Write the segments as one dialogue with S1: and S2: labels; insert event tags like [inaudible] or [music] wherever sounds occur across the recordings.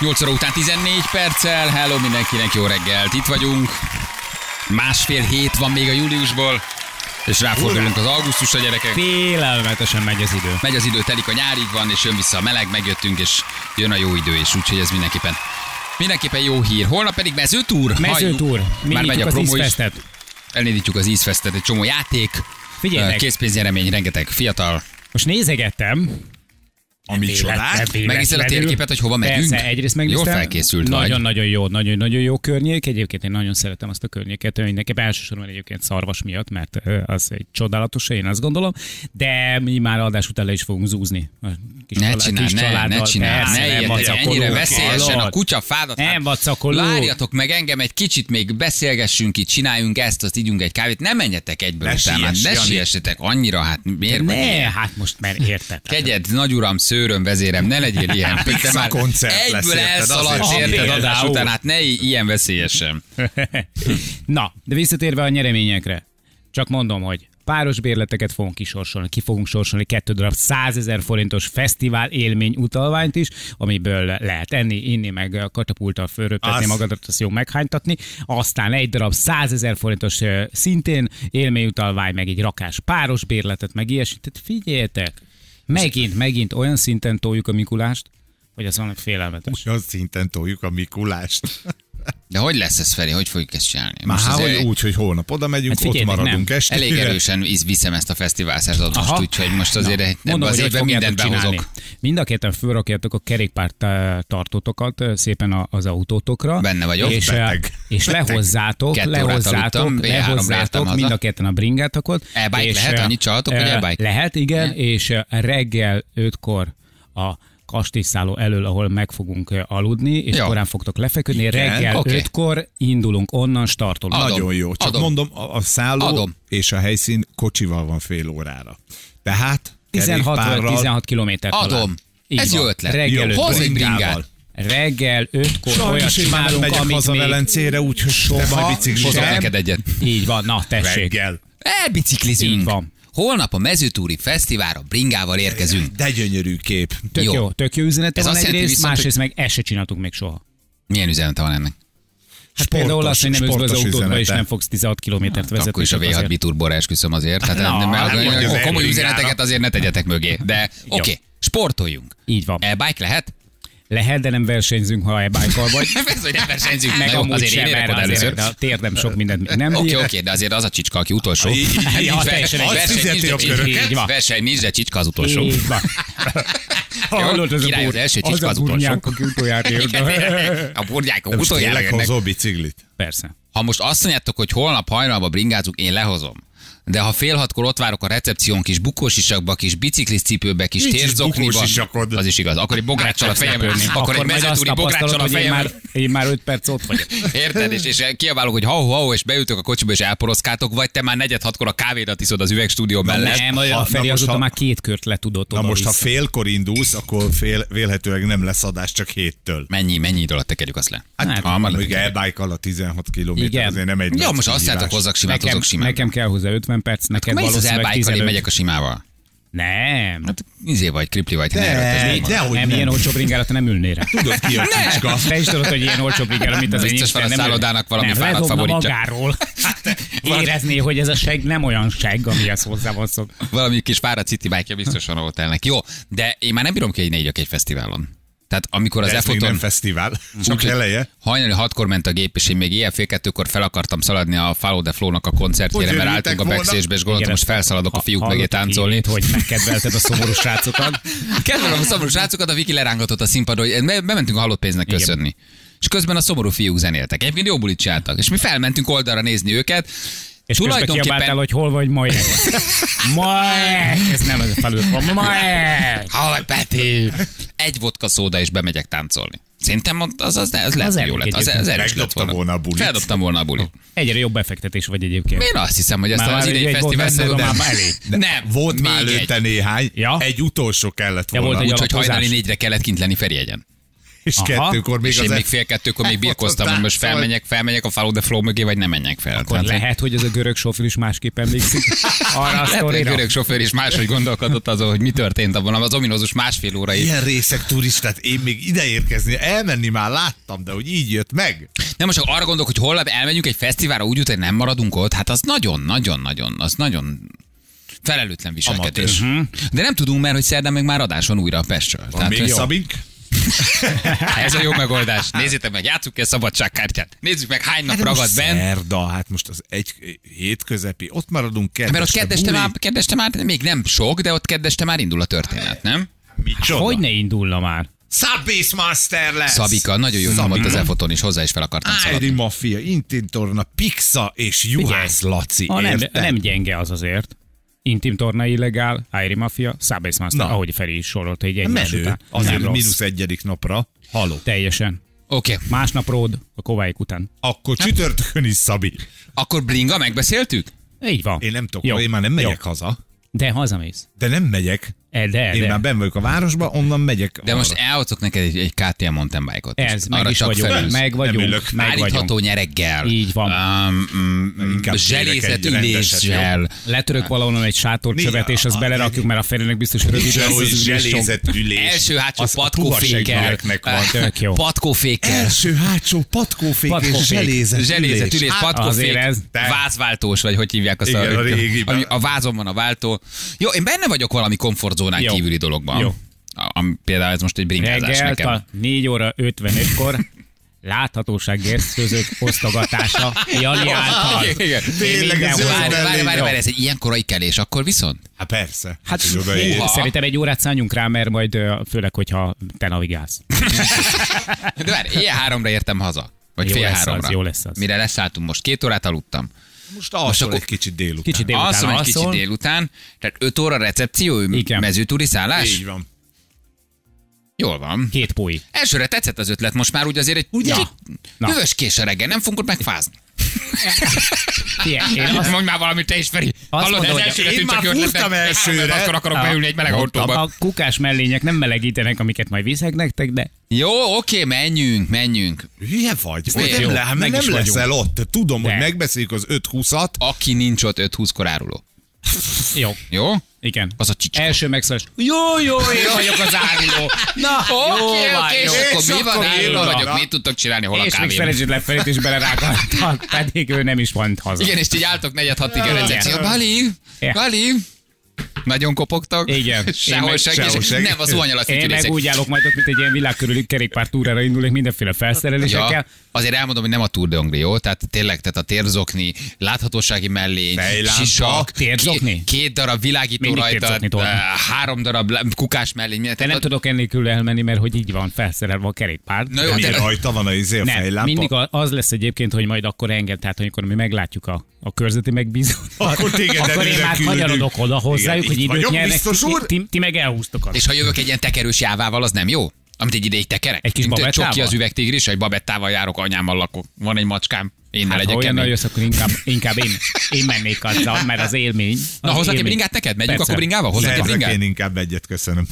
S1: 8 óra után 14 perccel. Hello mindenkinek, jó reggelt. Itt vagyunk. Másfél hét van még a júliusból. És ráfordulunk az augusztusra, gyerekek.
S2: Félelmetesen megy az idő.
S1: Megy az idő, telik a nyárig van, és jön vissza a meleg, megjöttünk, és jön a jó idő is, úgyhogy ez mindenképpen Mindenképpen jó hír. Holnap pedig mezőtúr.
S2: Mezőtúr.
S1: Hajrú. Már megy a
S2: az
S1: promo is.
S2: ízfesztet.
S1: Elindítjuk az ízfesztet, egy csomó játék.
S2: Figyelj meg.
S1: Készpénznyeremény, rengeteg fiatal.
S2: Most nézegettem.
S3: A micsodát?
S2: Véletlen-
S1: Megnézel a
S2: véletlenül.
S1: térképet, hogy hova megyünk?
S2: Persze, egyrészt megnéztem.
S1: Jól felkészült vagy.
S2: Nagyon-nagyon jó, nagyon-nagyon jó környék. Egyébként én nagyon szeretem azt a környéket, mindenképpen elsősorban egyébként szarvas miatt, mert ö, az egy csodálatos, hely, én azt gondolom. De mi már adás után le is fogunk zúzni. A kis
S1: Ne
S2: család-
S1: csinál,
S2: kis
S1: ne,
S2: családdal.
S1: ne csinál,
S2: Persze,
S1: ne
S2: nem
S1: ilyet,
S2: vacakolunk,
S1: ennyire veszélyesen a
S2: hallod?
S1: kutya fádat.
S2: Nem
S1: Hát
S2: vacakolunk.
S1: Várjatok meg engem egy kicsit, még beszélgessünk itt, csináljunk ezt, azt ígyunk egy kávét, ne menjetek egyből
S3: Ne
S1: utána, hát
S3: siess,
S1: ne
S3: Jani.
S1: siessetek annyira, hát miért vagy
S2: Ne,
S1: ilyen?
S2: hát most már érted.
S1: Kegyed, nagyuram, szőröm, vezérem, ne legyél
S2: [laughs]
S1: ilyen. Te már
S3: koncert lesz,
S1: egyből
S3: érted?
S1: elszaladsz,
S2: Azért.
S1: érted adás
S2: Például.
S1: után, hát ne i- ilyen veszélyesen.
S2: [laughs] Na, de visszatérve a nyereményekre. Csak mondom, hogy páros bérleteket fogunk kisorsolni, ki fogunk sorsolni kettő darab 100 ezer forintos fesztivál élmény utalványt is, amiből lehet enni, inni, meg a katapulttal fölröptetni
S3: Az.
S2: magadat, azt jó meghánytatni. Aztán egy darab 100 ezer forintos ö, szintén élmény utalvány, meg egy rakás páros bérletet, meg ilyesmit. Tehát figyeljetek, megint, megint olyan szinten toljuk a Mikulást, hogy az valami félelmetes.
S3: Olyan szinten toljuk a Mikulást.
S1: De hogy lesz ez, Feri? Hogy fogjuk ezt csinálni?
S3: Már
S1: Most
S3: hogy
S1: azért
S3: úgy, hogy holnap oda megyünk,
S2: Hát
S3: ott
S2: figyeljetek,
S3: maradunk
S2: nem.
S3: estére.
S1: Elég erősen íz- viszem ezt a fesztiválszerzat most,
S2: Aha.
S1: úgyhogy most azért ebben az
S2: hogy
S1: évben
S2: fogjátok
S1: mindent behozok.
S2: Mind a ketten fölrakjátok a kerékpár tá- tartótokat ö, szépen a- az autótokra.
S1: Benne vagyok.
S2: És, ö,
S3: Beteg.
S2: és
S3: Beteg.
S2: lehozzátok,
S1: Kettő órát
S2: lehozzátok,
S1: aludtam, B3-ra jártam
S2: lehozzátok
S1: haza.
S2: mind a ketten a bringátokat.
S1: E-bike
S2: és,
S1: lehet?
S2: ö,
S1: Annyit csalhatok, hogy
S2: ö,
S1: e-bike?
S2: Lehet, igen, és ö, reggel ötkor a kastélyszálló elől, ahol meg fogunk ö, aludni, és
S1: Jó.
S2: korán fogtok lefeküdni. Reggel
S1: oké.
S2: ötkor indulunk, onnan startolunk.
S1: Adom.
S3: Nagyon jó. Csak
S1: Adom.
S3: mondom, a, a szálló
S1: Adom.
S3: és a helyszín kocsival van fél órára. Tehát
S2: 16 vagy
S3: kerékpárral
S2: 16 kilométer E talán.
S1: Adom.
S2: Így
S1: Ez jó
S2: van.
S1: ötlet.
S2: Reggel
S1: Jó.
S2: ötkor.
S1: Hozz egy
S3: bringával.
S1: bringát.
S2: Reggel ötkor
S3: Sajnos
S2: olyat
S3: én már
S2: csinálunk,
S3: megyek
S2: amit
S3: haza
S2: még...
S3: Velencére, úgyhogy soha biciklizem.
S1: Hozok neked egyet.
S2: Így van, na tessék.
S3: Reggel.
S2: E,
S1: Elbiciklizünk.
S2: Így van.
S1: Holnap a mezőtúri fesztiválra bringával érkezünk.
S3: De gyönyörű kép.
S2: Tök jó.
S1: Jó.
S2: tök jó üzenete
S1: Ez
S2: van
S1: azt jelenti
S2: egyrészt,
S1: viszont,
S2: másrészt meg ezt se csináltunk még soha.
S1: Milyen üzenete van ennek?
S2: Hát például azt, hogy nem ülsz be az
S3: sportos
S2: autódba, és
S3: üzenete.
S2: nem fogsz 16 kilométert vezetni.
S1: Hát Akkor is a
S2: csak
S1: V6
S2: azért.
S1: biturborra esküszöm azért. Tehát
S2: Na,
S1: nem,
S2: hát
S1: nem,
S2: mondjuk
S1: nem,
S2: az
S1: komoly
S3: elég
S1: üzeneteket azért ne tegyetek mögé. De
S2: Jó.
S1: oké, sportoljunk.
S2: Így van.
S1: E-bike lehet? [laughs]
S2: Lehet, de nem versenyzünk, ha e vagy.
S1: Persze, hogy nem versenyzünk.
S2: Meg
S1: Na jó,
S2: amúgy
S1: azért én
S2: sem,
S1: érek
S2: mert
S1: oda
S2: azért
S1: először.
S2: a térdem sok mindent
S1: [laughs]
S2: még nem
S1: Oké,
S2: bír.
S1: oké, de azért az a csicska, aki utolsó.
S3: Így- így- így-
S1: [laughs] Nincs
S2: az
S1: verseny,
S2: teljesen egy
S1: nincs
S2: verseny,
S3: fizeti
S1: nincs
S3: a
S1: de
S3: köröket.
S1: csicska.
S2: Így van.
S1: Verseny nincs, de csicska az utolsó.
S2: Így
S1: [laughs]
S2: van. Hallod, az a
S1: Király az
S2: bur-
S1: első
S2: az
S1: csicska
S2: a
S1: az utolsó.
S2: burnyák, aki utoljára ér.
S1: Igen, A burgyákok
S3: Most
S1: utoljára
S3: tényleg
S1: jönnek.
S3: hozol biciklit?
S2: Persze.
S1: Ha most azt mondjátok, hogy holnap hajnalba bringázunk, én lehozom. De ha fél hatkor ott várok a recepción kis bukósisakba, kis biciklis cipőbe, kis
S3: Nincs is
S1: térzokniban,
S3: bukósisakod.
S1: az is igaz. Akkor egy bográccsal a fejemre, akkor egy
S2: Hát, majd azt
S1: mezőtúri bográccsal
S2: tapasztalod,
S1: a
S2: hogy én
S1: fejemre.
S2: már, én már 5 perc ott vagyok.
S1: Érted? És, és kiabálok, hogy ha ha és beütök a kocsiba, és elporoszkátok, vagy te már negyed hatkor a kávédat iszod az üvegstúdió mellett.
S2: Nem,
S3: Ha-
S2: a
S3: na
S2: Feri
S3: most,
S2: azóta
S3: ha-
S2: már két kört le tudott
S3: Na most, ha
S2: oda-vissza.
S3: félkor indulsz, akkor fél, vélhetőleg nem lesz adás csak héttől.
S1: Mennyi, mennyi idő alatt tekerjük azt le?
S2: Hát,
S1: ha, már
S3: Mondjuk e-bike alatt 16 kilométer,
S2: Igen.
S3: azért nem egy
S1: Jó,
S3: nagy
S1: most azt
S3: kihívás.
S1: játok hozzak simát,
S2: Nekem,
S1: hozok simát.
S2: nekem kell hozzá 50 perc, neked
S1: Mész az
S2: valószínűleg
S1: elbike én
S2: 15.
S1: megyek a simával.
S2: Nem.
S1: Hát izé vagy, kripli vagy, ne,
S3: Ne,
S1: erőltesd meg
S3: de-
S1: magad.
S3: hogy
S2: nem,
S3: nem.
S2: ilyen olcsó bringára te nem ülnél rá.
S3: Tudod ki a kicska?
S2: Te is tudod, hogy ilyen olcsó bringára, mint az én
S1: Biztos van a
S2: Isten, nem ül-
S1: szállodának valami
S2: nem,
S1: fáradt Hát,
S2: ledobna
S1: favoritja. [laughs]
S2: magáról. Érezné, hogy ez a seg nem olyan seg, amihez hozzá van szok.
S1: Valami kis fáradt city bike biztos van a hotelnek. Jó, de én már nem bírom ki, hogy ne igyek egy fesztiválon. Tehát amikor az
S3: Ez még nem
S1: Efoton
S3: fesztivál, csak
S1: Úgyhogy
S3: eleje.
S1: Hajnali hatkor ment a gép, és én még ilyen fél kettőkor fel akartam szaladni a Follow the Flow-nak a koncertjére,
S3: Hogy
S1: mert
S3: örültek
S1: álltunk a
S3: volna?
S1: backstage-be, és gondoltam, most felszaladok a fiúk mögé táncolni.
S2: hogy megkedvelted a
S1: [laughs]
S2: szomorú srácokat.
S1: Kedvelem a szomorú srácokat, a Viki lerángatott a színpadon, hogy me- bementünk a halott pénznek
S2: Igen.
S1: köszönni. És közben a szomorú fiúk zenéltek. Egyébként jó bulit csináltak. És mi felmentünk oldalra nézni őket.
S2: És közben kiabáltál, hogy hol
S1: [laughs]
S2: vagy ma ég. Ma ég! Ez nem ez a felület. Ma ég!
S1: Haj, Peti! Egy vodka szóda, és bemegyek táncolni. Szerintem ott az, az, az lehet,
S2: Az
S1: hogy jó
S2: elég
S1: lett. Az, az
S2: egyébként.
S1: erős lett
S3: Megdobta
S1: volna.
S3: volna a bulit.
S1: Feldobtam volna a bulit.
S2: Egyre jobb befektetés vagy egyébként.
S1: Én azt hiszem, hogy ezt
S2: Már
S1: az
S2: egy-
S1: idei
S2: egy vodka
S1: fesztivál
S2: szóda
S1: szerintem-
S2: már elég.
S1: Nem,
S3: Volt
S1: még
S3: már
S1: egy.
S3: előtte néhány,
S2: Ja?
S3: egy utolsó kellett
S2: Ja,
S3: volna.
S2: volt egy
S3: Úgyhogy-
S1: Úgyhogy
S2: Alapozás.
S1: hajnali négyre kellett kint lenni Ferjegyen.
S3: és
S2: Aha.
S3: kettőkor még
S1: És
S3: az e-
S1: én még
S3: F-
S1: fél kettőkor még birkoztam, hogy most felmenjek, felmenjek a Follow the Flow mögé, vagy nem menjek fel.
S2: Akkor lehet, hogy ez a görög sofőr is
S3: [laughs]
S2: másképp emlékszik arra a
S1: lehet, hogy a
S2: sztorira.
S1: görög sofőr is máshogy gondolkodott azon, hogy mi történt abban az ominózus másfél órai.
S3: Ilyen részek turistát, én még ide érkezni, elmenni már láttam, de hogy így jött meg.
S1: Nem most csak arra gondolok, hogy holnap elmegyünk egy fesztiválra úgy, jut, hogy nem maradunk ott, hát az nagyon-nagyon-nagyon, az nagyon felelőtlen viselkedés. Mhm. De nem tudunk, mert hogy szerdán még már adás van újra a Pestről.
S3: Van még [laughs]
S1: ez,
S3: szabink?
S1: ez a jó megoldás. Nézzétek meg, játsszuk el szabadságkártyát. Nézzük meg, hány nap
S3: Hát de most
S1: ragad bent.
S3: Szerda, hát most az egy hétközepi, ott maradunk kedveste.
S1: Mert ott kedveste
S3: buli.
S1: már, kedveste már még nem sok, de ott kedveste már indul a
S3: Hát,
S1: történet, nem?
S3: Micsoda?
S2: Hogy ne indulna már?
S3: Szabis Master lesz!
S1: Szabika, nagyon jó nyomott az e-foton is, hozzá is fel akartam szaladni.
S3: Ájri Mafia, Intintorna, Pixa és Juhász Laci.
S2: Ha nem,
S3: érted?
S2: nem gyenge az azért. Intim torna illegál, Airy Mafia, Szabész Master,
S3: Na.
S2: ahogy Feri is sorolta így egymás
S3: Menő.
S2: után.
S3: Azért
S2: nem rossz.
S3: mínusz egyedik napra. Haló.
S2: Teljesen.
S1: Oké, okay.
S2: Másnap ród a kováik után.
S3: Akkor csütörtökön is Szabi.
S1: akkor blinga, megbeszéltük?
S2: Így van.
S3: Én nem tudok,
S2: Jó.
S3: én már nem megyek
S2: Jó.
S3: haza.
S2: De hazamész.
S3: De nem megyek.
S2: E, de,
S3: Én
S2: de.
S3: már ben vagyok a városba, onnan megyek.
S1: De most
S3: arra.
S1: elhozok neked egy, egy KTM mountain bike-ot.
S2: Ez,
S1: Most
S2: meg
S1: arra
S2: is
S1: csak
S2: vagyunk.
S1: felülsz.
S2: Meg
S3: Nem
S2: vagyunk.
S3: ülök.
S2: Meg vagyunk.
S1: Állítható nyereggel.
S2: Így van.
S1: Um, um,
S3: Inkább kérek
S1: zselészet
S3: egy rendeset, jó?
S1: üléssel.
S2: Letörök valahonnan egy sátorcsövet,
S3: Mi?
S2: és azt
S3: Hát. A-
S2: belerakjuk, mert a Ferinek biztos rövid
S3: Nincs
S2: lesz
S3: olyan
S2: az ülés.
S3: zselézett ülés.
S1: Első hátsó
S3: Az a
S1: patkófékkel.
S3: puhaseggőeknek
S1: [laughs]
S3: van.
S2: Tök jó.
S1: Patkófékkel.
S3: Első hátsó patkófék,
S2: Patkófék.
S3: és Hát, zselézett,
S1: Zselézet ülés,
S3: Á,
S1: patkófék,
S2: Hát, azért ez.
S1: vázváltós, vagy hogy hívják azt
S3: Igen,
S1: a,
S3: a régi.
S1: ami a vázon van a váltó. Jó, én benne vagyok valami komfortzónán
S2: Jó.
S1: kívüli dologban.
S2: Jó.
S1: A- Ami például ez most egy bringázás
S2: Reggel
S1: nekem.
S2: a 4 óra 55-kor láthatóság eszközök osztogatása Jani által.
S1: Igen, igen.
S3: Tényleg, ez
S2: Mindenhol.
S1: Várj,
S3: zöld
S1: várj, várj,
S3: mellény.
S1: várj, várj, ez egy ilyen korai kelés, akkor viszont?
S3: Hát persze.
S2: Hát
S3: hogy odaér.
S1: húha.
S2: szerintem egy órát szálljunk rá, mert majd ö, főleg, hogyha te navigálsz.
S1: De várj, ilyen háromra értem haza. Vagy
S2: Jó
S1: fél
S2: lesz az,
S1: háromra.
S2: jó lesz az.
S1: Mire leszálltunk most? Két órát aludtam.
S3: Most alszol egy kicsit délután.
S2: Kicsit délután
S1: Alszom egy
S2: alszol.
S1: kicsit délután, tehát öt óra recepció,
S2: Igen.
S1: mezőtúri szállás.
S3: Így van.
S1: Jól van.
S2: Két pói.
S1: Elsőre tetszett az ötlet, most már úgy azért egy
S2: Ugye?
S1: kicsit
S2: Na.
S1: hűvös kés a reggel, nem fogunk ott megfázni.
S2: Ilyen, én azt
S1: Azt mondj már valamit te is, Feri. Hallod,
S2: mondom,
S1: ez
S2: hogy
S1: elsőre
S3: én
S1: tűnt csak
S3: már
S1: jó
S3: fúrtam
S1: ötletnek.
S3: elsőre.
S1: Háromnegyed Akkor akarok
S3: Na,
S1: beülni egy meleg autóba.
S2: a kukás mellények nem melegítenek, amiket majd viszek nektek, de
S1: Jó, oké, menjünk, menjünk.
S3: Hülye vagy?
S1: Miért?
S3: nem,
S1: Jó,
S3: le,
S2: meg
S3: meg
S2: is
S3: nem
S2: vagyunk.
S3: leszel ott. Tudom,
S2: De.
S3: hogy megbeszéljük az 5-20-at.
S1: Aki nincs ott 5-20 koráruló.
S2: jó,
S1: Jó?
S2: igen.
S1: Az a csicska.
S2: Első megszólás.
S1: Jó, jó, én vagyok az áruló. Na,
S2: jó
S1: oké,
S2: van,
S1: oké, és
S2: jó.
S1: akkor
S3: És
S1: mi van,
S3: akkor
S1: áruló
S2: én
S1: vagyok,
S3: van.
S1: mit tudtok csinálni, hol a
S2: És még
S1: kávém?
S2: szerencsét lefelét is belerágattak,
S1: [laughs]
S2: pedig ő nem is pont haza.
S1: Igen, és így álltok negyed hatig a recepció. Bali,
S2: Ja.
S1: Bali, nagyon kopogtak.
S2: Igen. Én
S1: [laughs] Sehol
S2: meg-
S1: senki.
S3: sehol
S1: és
S3: senki.
S1: Nem, az zuhanyal azt
S2: Én meg
S1: ügyülészek.
S2: úgy állok majd ott, mint egy ilyen világkörüli kerékpártúrára indulok mindenféle felszerelésekkel.
S1: Ja, azért elmondom, hogy nem a Tour de Hongrie, jó? Tehát tényleg, tehát a térzokni, láthatósági mellény,
S3: Fejlámpa.
S1: sisak,
S2: Térzokni?
S1: Két, két darab világító
S2: Mindig
S1: rajta,
S2: térzoknit
S1: eh,
S2: tolnak.
S1: három darab lá- kukás mellény.
S2: De
S1: Tehát
S2: nem
S1: ott-
S2: tudok ennélkül elmenni, mert hogy így van felszerelve a kerékpár.
S1: Na jó,
S3: Milyen
S1: de
S3: rajta van a izé a
S2: Hát nem,
S3: fejlámpa?
S2: mindig a- az lesz egyébként, hogy majd akkor engem, tehát amikor mi meglátjuk a, a körzeti megbízót,
S3: Akkor téged
S2: akkor én
S3: előre
S2: már
S3: küldünk.
S2: kanyarodok oda hozzájuk,
S3: Igen,
S2: hogy
S3: itt
S2: időt
S3: vagyok,
S2: nyernek,
S3: biztos
S2: ti,
S3: úr?
S2: ti, ti meg elhúztok azt.
S1: És ha jövök egy ilyen tekerős jávával, az nem jó? Amit egy ideig tekerek.
S2: Egy kis
S1: Mint
S2: babettával?
S1: Csoki az üvegtigris, egy babettával járok, anyámmal lakok. Van egy macskám, én ne
S2: Hát, ha
S1: legyek
S2: olyan
S1: kemény.
S2: jössz, akkor inkább, inkább én, én mennék azzal, mert az élmény.
S1: Na,
S2: az
S1: hozzak egy
S2: élmény.
S1: bringát neked? Megyünk
S2: Persze.
S1: akkor bringával? Hozzak egy
S3: Szerzek
S1: bringát?
S3: én inkább egyet, köszönöm.